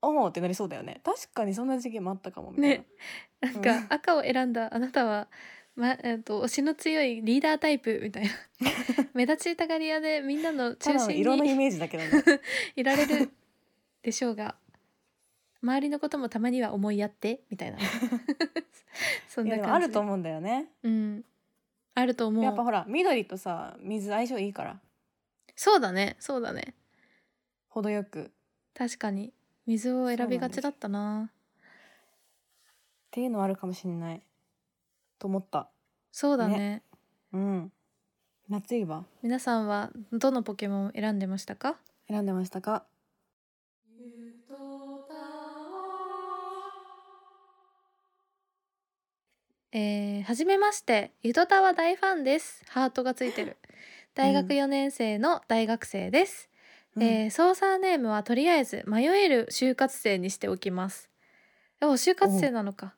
S2: おおってなりそうだよね確かにそんな時期もあったかもみたいな、
S4: ねなん
S2: う
S4: か
S2: ん
S4: 赤を選んだあなたは、まえっと推しの強いリーダータイプみたい [laughs] な目立ちたがり屋でみんなの
S2: た
S4: 中
S2: だの
S4: 心
S2: 色のイ
S4: に
S2: メージだけど
S4: [laughs]
S2: ね
S4: いられるでしょうが周りのこともたまには思いやってみ
S2: [laughs]
S4: たいなそん
S2: い
S4: な
S2: や
S4: 感
S2: で
S4: じ
S2: もあると思うんだよね
S4: うん、あると思う
S2: やっぱほら緑とさ水相性いいから
S4: そうだねそうだね
S2: 程よくっ
S4: 確かに水を選びがちだったな
S2: ていうのはあるかもしれないと思った
S4: そうだね
S2: うん夏いわ
S4: 皆さんはどのポケモンを選んでましたか
S2: 選んでましたか
S4: えー、はじめましてゆとたわ大ファンですハートがついてる大学4年生の大学生です、えーソーサーネームはとりあえず迷える就活生にしておきますお就活生なのか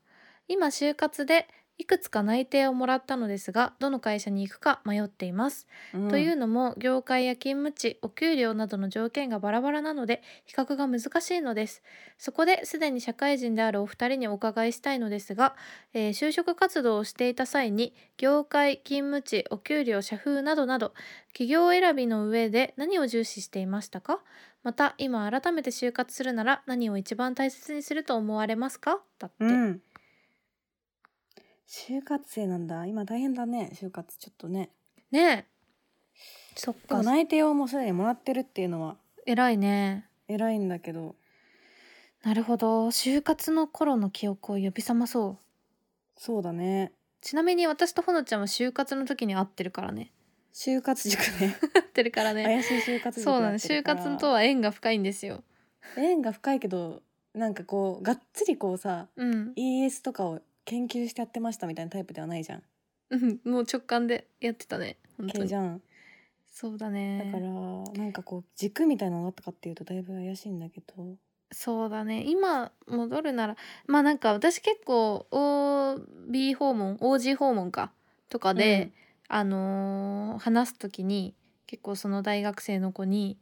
S4: 今就活でいくつか内定をもらったのですがどの会社に行くか迷っています
S2: うん
S4: といううのも業界や勤務地お給料などの条件がバラバラなので比較が難しいのですそこですでに社会人であるお二人にお伺いしたいのですが、えー就職活動をしていた際に業界勤務地お給料社風などなど企業選びの上で何を重視していましたかまた今改めて就活するなら何を一番大切にすると思われますかだって、
S2: うん就活生なんだ今大変だね就活ちょっとね
S4: ねえそっ
S2: で
S4: か
S2: も内定をもうすでにもらってるっていうのは
S4: 偉いね
S2: 偉いんだけど
S4: なるほど就活の頃の記憶を呼び覚まそう
S2: そうだね
S4: ちなみに私とほのちゃんは就活の時に会ってるからね
S2: 就活塾ね
S4: 会ってるからね
S2: 怪しい就活塾
S4: そうだね
S2: やって
S4: 就
S2: るから
S4: 活とは縁が深いんですよ
S2: 縁が深いけどなんかこうがっつりこうさ
S4: うん
S2: ES とかを研究してやってましたみたいなタイプではないじゃん
S4: うんもう直感でやってたね本当
S2: 系じ
S4: に
S2: ゃん
S4: そうだ
S2: だから
S4: ね
S2: なんかこう軸みたいなのがあったかっていうとだいぶ怪しいんだけど
S4: そうだね今戻るならまあなんか私結構 OB 訪問 OG 訪問かとかで、
S2: うん
S4: あのー話す時に結構その大学生の子に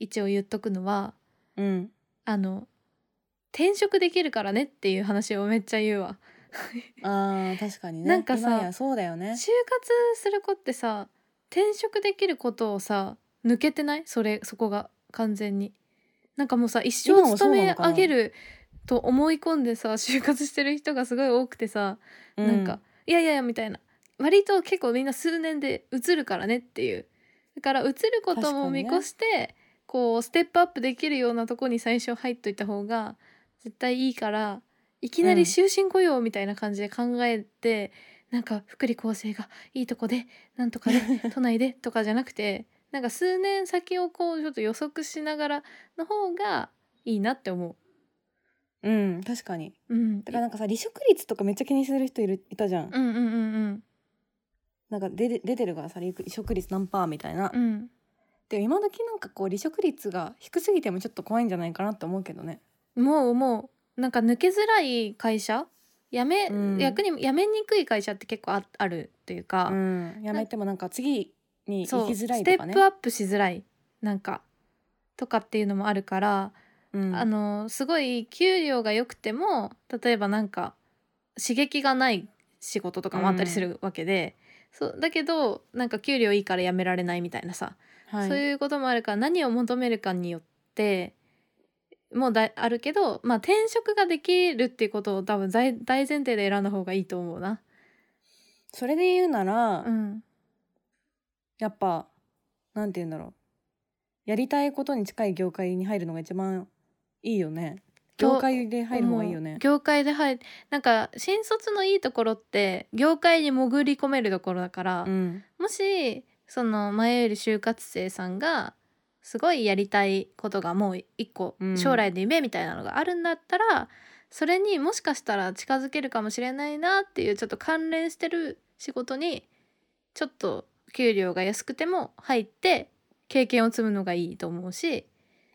S4: 一応言っとくのは
S2: うん
S4: あの転職できるからねっていう話をめっちゃ言うわ
S2: あー確かにね
S4: なんかさ
S2: 今やそうだよね
S4: 就活する子ってさ転職できることをさ抜けてないそれそこが完全になんかもうさ一生
S2: 今もそう
S4: 勤
S2: な
S4: め
S2: のかな
S4: 上げると思い込んでさ就活してる人がすごい多くてさ、
S2: う
S4: なんか「いやいやいや」みたいな割と結構みんな数年で移るからねっていうだから移ることも見越して、こうステップアップできるようなとこに最初入っといた方が
S1: 絶対いいからいきなり終身雇用みたいな感じで考えて、なんか福利厚生がいいとこでなんとか [laughs] で都内でとかじゃなくてなんか数年先をこうちょっと予測しながらの方がいいなって思
S2: うん確かに
S1: う。うん、
S2: だからなんかさ離職率とかめっちゃ気にする人いるいたじゃん、
S1: うんうんうん
S2: なんか出て出てるからさ離職率何パーみたいな、
S1: うんうん
S2: でも今時なんかこう離職率が低すぎてもちょっと怖いんじゃないかなって思うけどね
S1: もうもうなんか抜けづらい会社辞め、
S2: うん
S1: 逆に辞めにくい会社って結構ああるというか、
S2: うんやめてもなんか次に
S1: そ
S2: 行
S1: う
S2: きづらい
S1: ス
S2: と
S1: テ
S2: か
S1: ッ
S2: ね
S1: プアップしづらいなんかとかっていうのもあるから、
S2: うん
S1: あのすごい給料が良くても例えばなんか刺激がない仕事とかもあったりするわけで、そうだけどなんか給料いいから辞められないみたいなさ、
S2: はい、
S1: そういうこともあるから何を求めるかによってもうだあるけど、まあ、転職ができるっていうことを多分大大前提で選んだ方がいいと思うな。
S2: それで言うなら、
S1: うん、
S2: やっぱなんて言うんだろうやりたいことに近い業界に入るのが一番いいよね
S1: と
S2: 業界で入る方がいいよね
S1: 思う業界で入なんか新卒のいいところって業界に潜り込めるところだから、
S2: うん
S1: もしその前より就活生さんがすごいやりたいことがもう一個
S2: うん
S1: 将来の夢みたいなのがあるんだったら、それにもしかしたら近づけるかもしれないなっていうちょっと関連してる仕事にちょっと給料が安くても入って経験を積むのがいいと思うし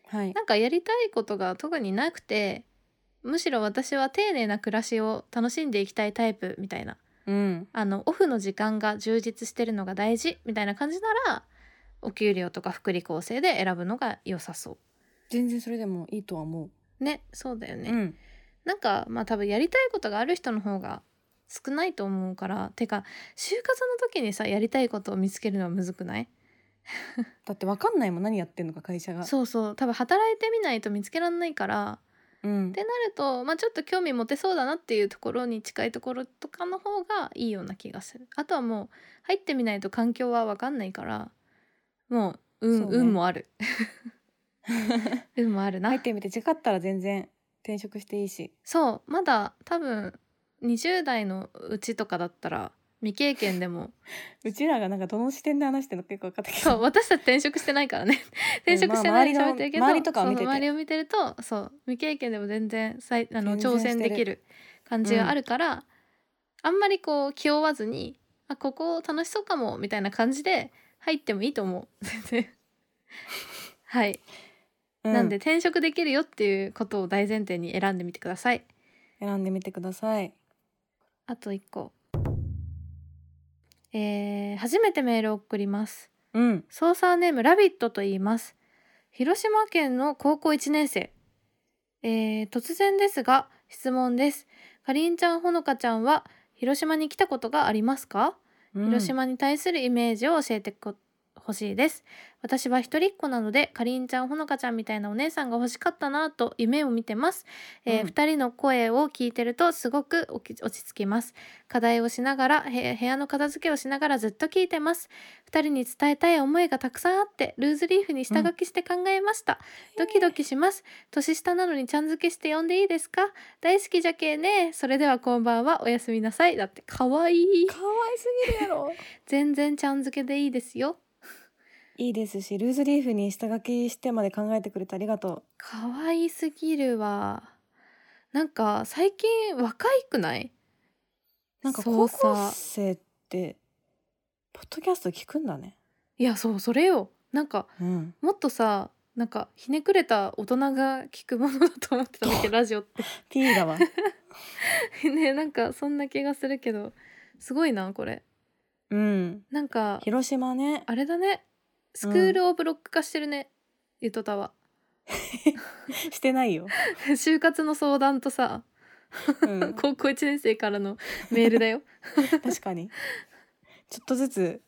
S2: はい
S1: なんかやりたいことが特になくてむしろ私は丁寧な暮らしを楽しんでいきたいタイプみたいな
S2: うん
S1: あのオフの時間が充実してるのが大事みたいな感じならお給料とか福利厚生で選ぶのが良さそ
S2: 全然それでもいいとは思
S1: うねそうだよ
S2: う、
S1: ね、
S2: うん
S1: なんかまあ多分やりたいことがある人の方が少ないと思うからてか就活の時にさやりたいことを見つけるのはむずくない
S2: だってわかんないもん何やってんのか会社が
S1: そうそう多分働いてみないと見つけらんないから
S2: うん
S1: ってなると、まあ、ちょっと興味持てそうだなっていうところに近いところとかの方がいいような気がするあとはもう入ってみないと環境は分かんないからもう運
S2: そうね
S1: 運も [laughs] ある運もあるな
S2: 入ってみて違かったら全然転職していいし
S1: そうまだ多分20代のうちとかだったら未経験
S2: [laughs]
S1: でも
S2: うちらがなんかどの視点で話してるのかよく分かったけど
S1: そう私たち転職してないか
S2: [laughs]
S1: らね転職してないで
S2: まあ周りの
S1: 喋ってるけど、
S2: 周りとかを見てて
S1: そう周りを見てるとそう未経験でも全然さいあの
S2: 全然
S1: 挑戦できる感じがあるから、あんまりこう気負わずにあここ楽しそうかもみたいな感じで入ってもいいと思う [laughs] 全然はい、
S2: う
S1: なんで転職できるよっていうことを大前提に選んでみてください
S2: 選んでみてください
S1: あと1個えー初めてメールを送ります
S2: うん
S1: 操作ネームラビットと言います広島県の高校1年生、えー突然ですが質問ですかりんちゃんほのかちゃんは広島に来たことがありますか、広島に対するイメージを教えてこほしいです私は一人っ子なのでかりんちゃんほのかちゃんみたいなお姉さんが欲しかったなと夢を見てます、えー
S2: うん
S1: 二人の声を聞いてるとすごくおき落ち着きます課題をしながらへ部屋の片付けをしながらずっと聞いてます二人に伝えたい思いがたくさんあってルーズリーフに下書きして考えました、ドキドキします年下なのにちゃん付けして呼んでいいですか大好きじゃけえねそれではこんばんはおやすみなさいだってかわいい
S2: かわいすぎるや
S1: [laughs]
S2: ろ
S1: 全然ちゃん付けでいいですよ
S2: いいですしルーズリーフに下書きしてまで考えてくれてありがと
S1: 可愛いすぎるわなんか最近若いくないう
S2: なんか
S1: そ
S2: 高
S1: うさ
S2: 校生ってポッドキャスト聞くんだね
S1: いやそうそれよなんか
S2: うん
S1: もっとさなんかひねくれた大人が聞くものだと思ってたんだけどラジオって
S2: P だわ
S1: ねなんかそんな気がするけどすごいなこれ
S2: うん
S1: なんか
S2: 広島ね
S1: あれだねスクールをブロック化してるね、ゆとたわ [laughs]
S2: してないよ、
S1: 就活の相談とさ、 [laughs]
S2: うん、
S1: 高校1年生からのメールだよ
S2: [laughs] 確かにちょっとずつ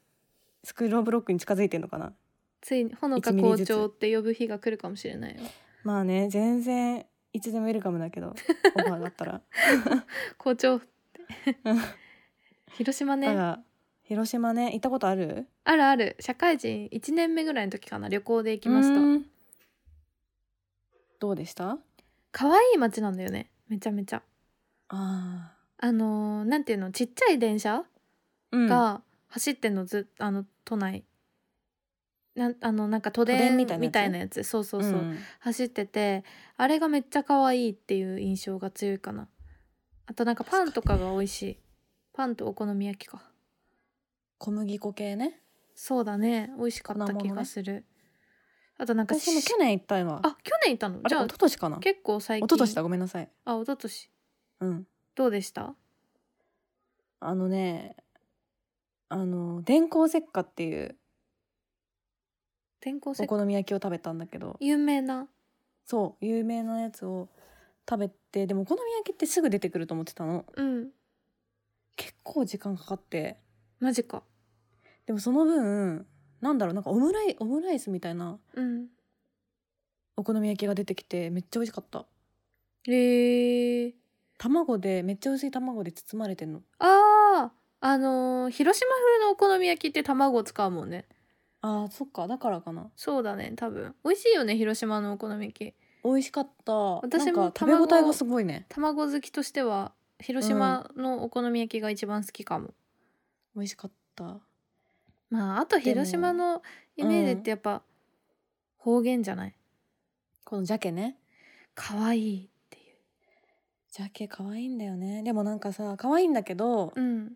S2: スクールオブロックに近づいてんのかな
S1: ついにほのか
S2: 1ミリ
S1: 校
S2: ずつ
S1: 長って呼ぶ日が来るかもしれないよ
S2: まあね全然いつでもウェルカムだけ [laughs] どオファーがあったら
S1: 校長って
S2: うん
S1: 広島
S2: だか
S1: ね
S2: ら広島ね行ったことある
S1: あるある社会人1年目ぐらいの時かな旅行で行き
S2: 来
S1: ました
S2: どうでした
S1: 可愛い街なんだよねめちゃめちゃ
S2: あ
S1: あのーなんていうのちっちゃい電車
S2: あ、うん、
S1: が走ってんのずあの都内なんあのなんか都電み
S2: み
S1: た
S2: た
S1: い
S2: い
S1: な
S2: な
S1: や
S2: やつ
S1: つそうそううそう、
S2: ん
S1: 走っててあれがめっちゃ可愛いっていう印象が強いかなあとなんかパンとかが美味しいパンとお好み焼きか
S2: 小麦粉系ね
S1: そうだね美味しかった
S2: 粉物
S1: 気
S2: ね
S1: がする、あとなんか
S2: 私も
S1: し
S2: 去年行ったわ
S1: あ去年いたの
S2: あ
S1: じ
S2: れ
S1: ゃ
S2: 一
S1: あ
S2: 昨年かな一
S1: 結構最近
S2: 昨年だごめんなさい
S1: あ一昨年
S2: うん
S1: どうでした
S2: あのねあの電光石火っていう
S1: 天候
S2: お
S1: せ
S2: 好み焼きを食べたんだけど
S1: 有名な
S2: そう有名なやつを食べてでもお好み焼きってすぐ出てくると思ってたの
S1: うん
S2: 結構時間かかって
S1: マジか
S2: でもその分なんだろうなんかオムライオムライスみたいな
S1: うん
S2: お好み焼きが出てきてめっちゃ美味しかった
S1: へえー、
S2: 卵でめっちゃ薄い卵で包まれてんの
S1: あーあのー広島風のお好み焼きって卵を使うもんね
S2: あーそっかだからかな
S1: そうだね多分美味しいよね広島のお好み焼き
S2: 美味しかった
S1: 私も
S2: なんか食べ応えがすごいね
S1: 卵好きとしては広島のお好み焼きが一番好きかも、
S2: 美味しかった
S1: まああと広島のイメージってやっぱ方言じゃない
S2: この鮭ね
S1: 可愛いってい
S2: 鮭可愛いんだよねでもなんかさ可愛いんだけど、
S1: ううん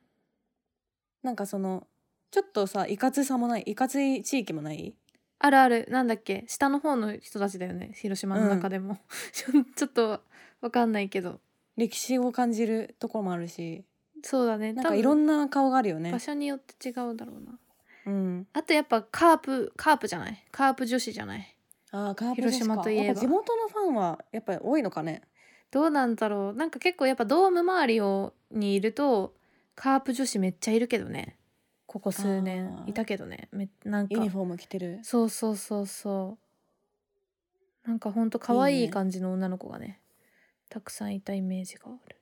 S2: なんかそのちょっとさいかつさもないいかつい地域もない
S1: あるあるなんだっけ下の方の人たちだよね広島の中でも、 [laughs] ちょっとわかんないけど
S2: 歴史を感じるところもあるし
S1: そうだね
S2: なんかいろ
S1: なん
S2: な顔があるよね
S1: 場、所によって違うだろうな
S2: うん、
S1: あとやっぱカープカープじゃないカープ女子じゃない
S2: あーカープ
S1: 広
S2: 女
S1: 島
S2: 子か
S1: といえば
S2: やっぱ地元のファンはやっぱり多いのかね
S1: どうなんだろうなんか結構やっぱドーム周りをにいるとカープ女子めっちゃいるけどねここ数年
S2: あー
S1: いたけどねめなんか
S2: ユニフォーム着てる
S1: そうそうそうそうなんかほんと可愛
S2: いい
S1: い
S2: ね
S1: 感じの女の子がねたくさんいたイメージがある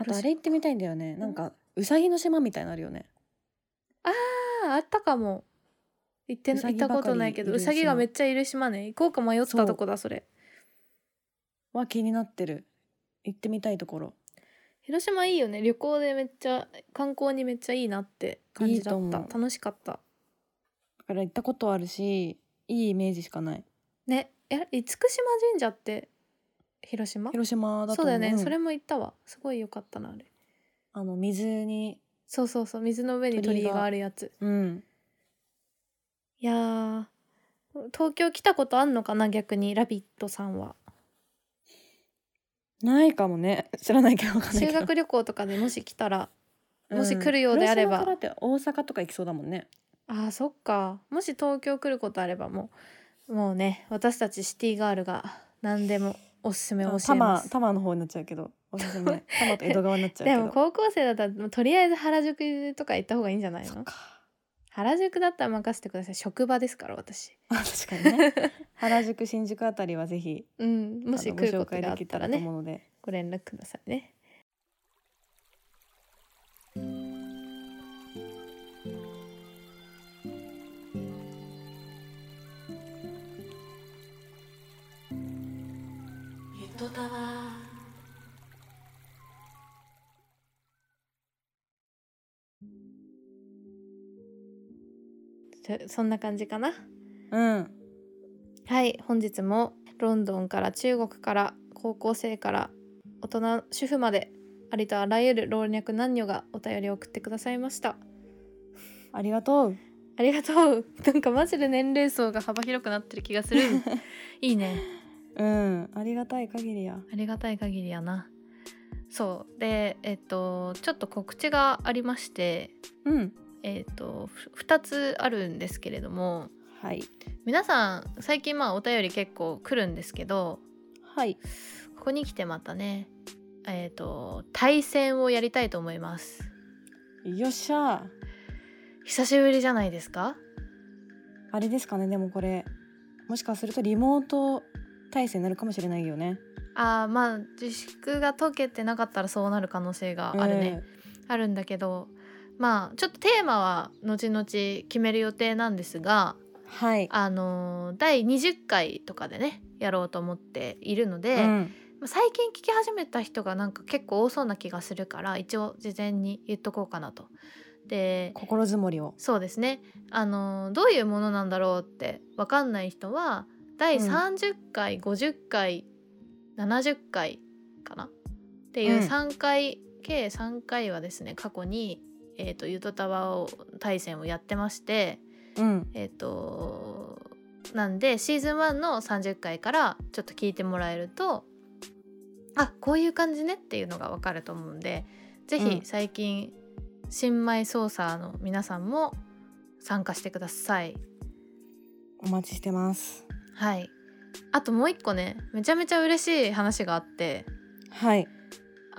S2: あとあれ行ってみたいんだよねなんかうさぎの島みたいなのあるよね
S1: あーあったかも行って
S2: うさ
S1: 行っ
S2: ぎば
S1: た
S2: かり
S1: ことないけど
S2: いうる
S1: さぎがめっちゃいる島ね行こうか迷ったとこだそれ
S2: は気になってる行ってみたいところ
S1: 広島いいよね旅行でめっちゃ観光にめっちゃいいなって感じだ
S2: いいと
S1: っ
S2: 思
S1: た
S2: う
S1: 楽しかった
S2: だから行ったことあるしいいイメージしかない
S1: ねえ厳島神社って広島
S2: 広島だと
S1: そうだよね、
S2: ん
S1: それも行ったわすごい良かったなあれ
S2: あの水に
S1: そうそうそう水の上に鳥
S2: 鳥居
S1: 居が
S2: が
S1: あるやつ
S2: うん
S1: いやー東京来たことあんのかな逆に「ラビット!」さんは
S2: ないかもね知らないけどわかんないけ
S1: 修
S2: ど
S1: 学旅行とかでもし来たら
S2: うん
S1: もし来るようであれば
S2: 広島からって大阪とか行きそうだもんね
S1: あーそっかもし東京来ることあればもうもうね私たちシティガールが何でもおすすめを教え
S2: 多
S1: ま
S2: 摩多
S1: す
S2: 摩の方になっちゃうけどおすすめ多摩と江戸川になっちゃうけ
S1: で
S2: ど
S1: も高校生だったらもうとりあえず原宿とか行った方がいいんじゃない
S2: そっ
S1: の
S2: か
S1: 原宿だったら任せてください職場ですから私
S2: あ確かにね原宿新宿あたりはぜひ
S1: うんもし
S2: あの
S1: 来る
S2: ご紹
S1: こと
S2: 介
S1: があ
S2: でき
S1: った
S2: た
S1: ら
S2: らと
S1: ね
S2: 思うので
S1: ご連絡くださいね
S4: ゆとたわ
S1: そそんな感じかな
S2: うん
S1: はい本日もロンドンから中国から高校生から大人主婦までありとあらゆる老若男女がお便りを送ってくださいました
S2: ありがとう
S1: ありがとうなんかマジで年齢層が幅広くなってる気がす [laughs] るいいね
S2: うんありがたい限りや
S1: ありがたい限りやなそうでえっとちょっと告知がありまして
S2: うん
S1: えっと2つあるんですけれども
S2: はい
S1: 皆さん最近まあお便り結構来るんですけど
S2: はい
S1: ここに来てまたねえっと対戦をやりたいと思います
S2: よっしゃ
S1: 久しぶりじゃないですか
S2: あれですかねでもこれもしかするとリモート体制になるかもしれないよね
S1: あーまあ自粛が解けてなかったらそうなる可能性があるね、あるんだけどまあちょっとテーマは後々決める予定なんですが
S2: うんはい。
S1: あの第20回とかでねやろうと思っているので、
S2: うん
S1: まあ最近聞き始めた人がなんか結構多そうな気がするから一応事前に言っとこうかなと。で
S2: 心づもりを。
S1: そうですねあのどういうものなんだろうって分かんない人は第
S2: うん
S1: 30回、50回70回かなっていう
S2: うん
S1: 3回、計3回はですね過去に、えー、とゆとたわを対戦をやってまして
S2: うん。
S1: えっ、となんでシーズン1の30回からちょっと聞いてもらえるとあこういう感じねっていうのがわかると思うんでぜ
S2: うん
S1: ひ最近、新米操作の皆さんも参加してください。
S2: お待ちしてます。
S1: はいあともう一個ねめちゃめちゃ嬉しい話があって
S2: はい。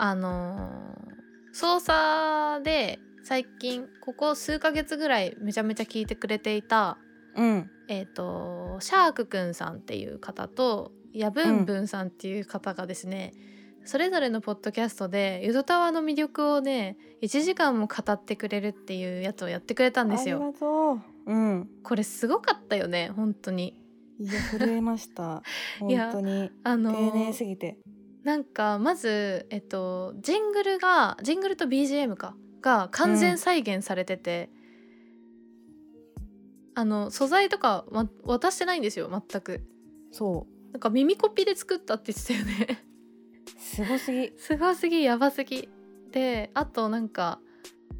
S1: あのー、操作で最近ここ数ヶ月ぐらいめちゃめちゃ聞いてくれていた
S2: うん。
S1: えっ、とシャークくんさんっていう方とヤブンブンさんっていう方がですね、それぞれのポッドキャストでゆとたわの魅力をね1時間も語ってくれるっていうやつをやってくれたんです
S2: あり
S1: よ。
S2: がとう。うん。
S1: これすごかったよね本当に。
S2: いや震えま
S1: [laughs]
S2: した。
S1: いや
S2: 本当に
S1: あの
S2: 丁寧すぎて。
S1: なんかまずえっとジングルがジングルと BGM かが完全再現されてて、あの素材とか、ま、渡してないんですよ全く。
S2: そ
S1: なんか耳コピで作ったって言ってたよね。
S2: う。すごすぎ。
S1: すごすぎやばすぎであとなんか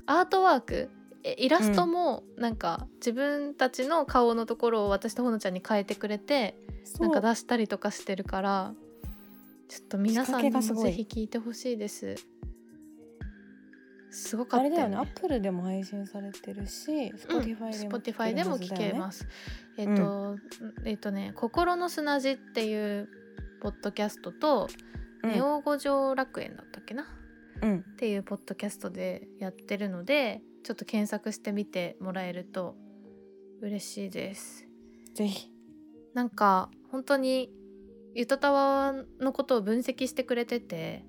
S1: アートワークえイラストもなんか自分たちの顔のところを私とほのちゃんに変えてくれて
S2: そ
S1: な
S2: うん
S1: か出したりとかしてるからちょっと皆さん
S2: 仕掛
S1: にも
S2: けがすご
S1: ぜ
S2: い
S1: ひ聞いてほしいですすごかっ
S2: あれ
S1: たよ
S2: だよ
S1: ね
S2: ね。アップルでも配信されてるし、
S1: うん
S2: Spotify でも。。
S1: Spotify でも聞けますす。えっ、と、えっ、とね「心の砂地」っていうポッドキャストと「
S2: うん
S1: ネオ五条楽園」だったっけな、
S2: うん。
S1: っていうポッドキャストでやってるのでちょっと検索してみてもらえると嬉しいです
S2: ぜひ。
S1: なんか本当にゆとたわのことを分析してくれてて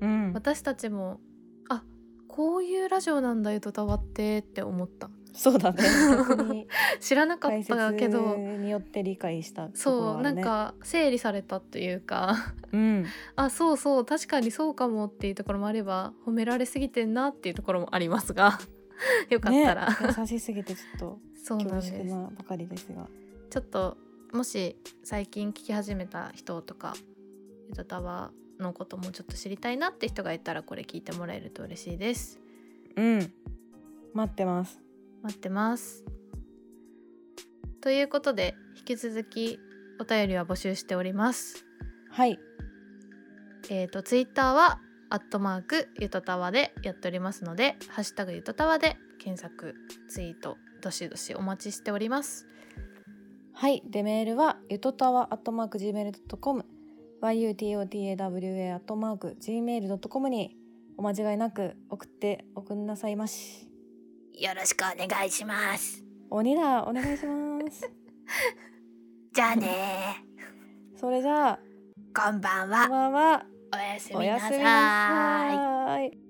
S2: うん。
S1: 私たちもあこういうラジオなんだゆとたわってって思った
S2: そうだ
S1: [laughs]
S2: ね。逆に
S1: 知らなかっ
S2: 解説
S1: たけど、
S2: によって理解したところ
S1: そう、
S2: はあ
S1: な
S2: る
S1: ん
S2: ね。
S1: か整理されたというか
S2: うん。
S1: あそうそう確かにそうかもっていうところもあれば褒められすぎてんなっていうところもありますが [laughs] よかったら、
S2: ね、優しすぎてちょ
S1: [laughs] そう
S2: っと
S1: なん
S2: 恐
S1: です
S2: 縮なばかりですが
S1: ちょっともし最近聞き始めた人とかゆとたわのこともちょっと知りたいなって人がいたらこれ聞いてもらえると嬉しいです
S2: うん待ってます
S1: 待ってますということで引き続きお便りは募集しております
S2: はい
S1: えっ、とツイッターはアットマークゆとたわでやっておりますのでハッシュタグゆとたわで検索ツイートどしどしお待ちしております
S2: はいでメールはゆとたわ atmarkgmail.com yutotawa atmarkgmail.com にお間違いなく送っておくんなさいまし
S6: よろしくお願いします。
S2: 鬼だお願いします
S6: じゃあね
S2: それじゃあ
S6: ー。こんばん
S2: こん
S6: は。
S2: ばんは
S6: おやす
S2: お
S6: みな
S2: や
S6: さ
S2: すみな
S6: ーい。
S2: さーい